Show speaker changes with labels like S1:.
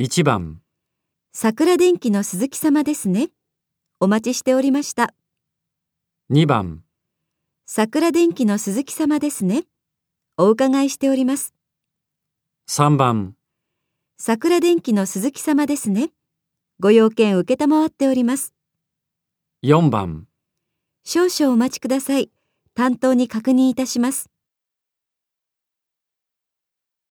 S1: 1番、
S2: 桜電機の鈴木様ですね。お待ちしておりました。
S1: 2番、
S2: 桜電機の鈴木様ですね。お伺いしております。
S1: 3番、
S2: 桜電機の鈴木様ですね。ご用件受けたまわっております。
S1: 4番。
S2: 少々お待ちください。担当に確認いたします。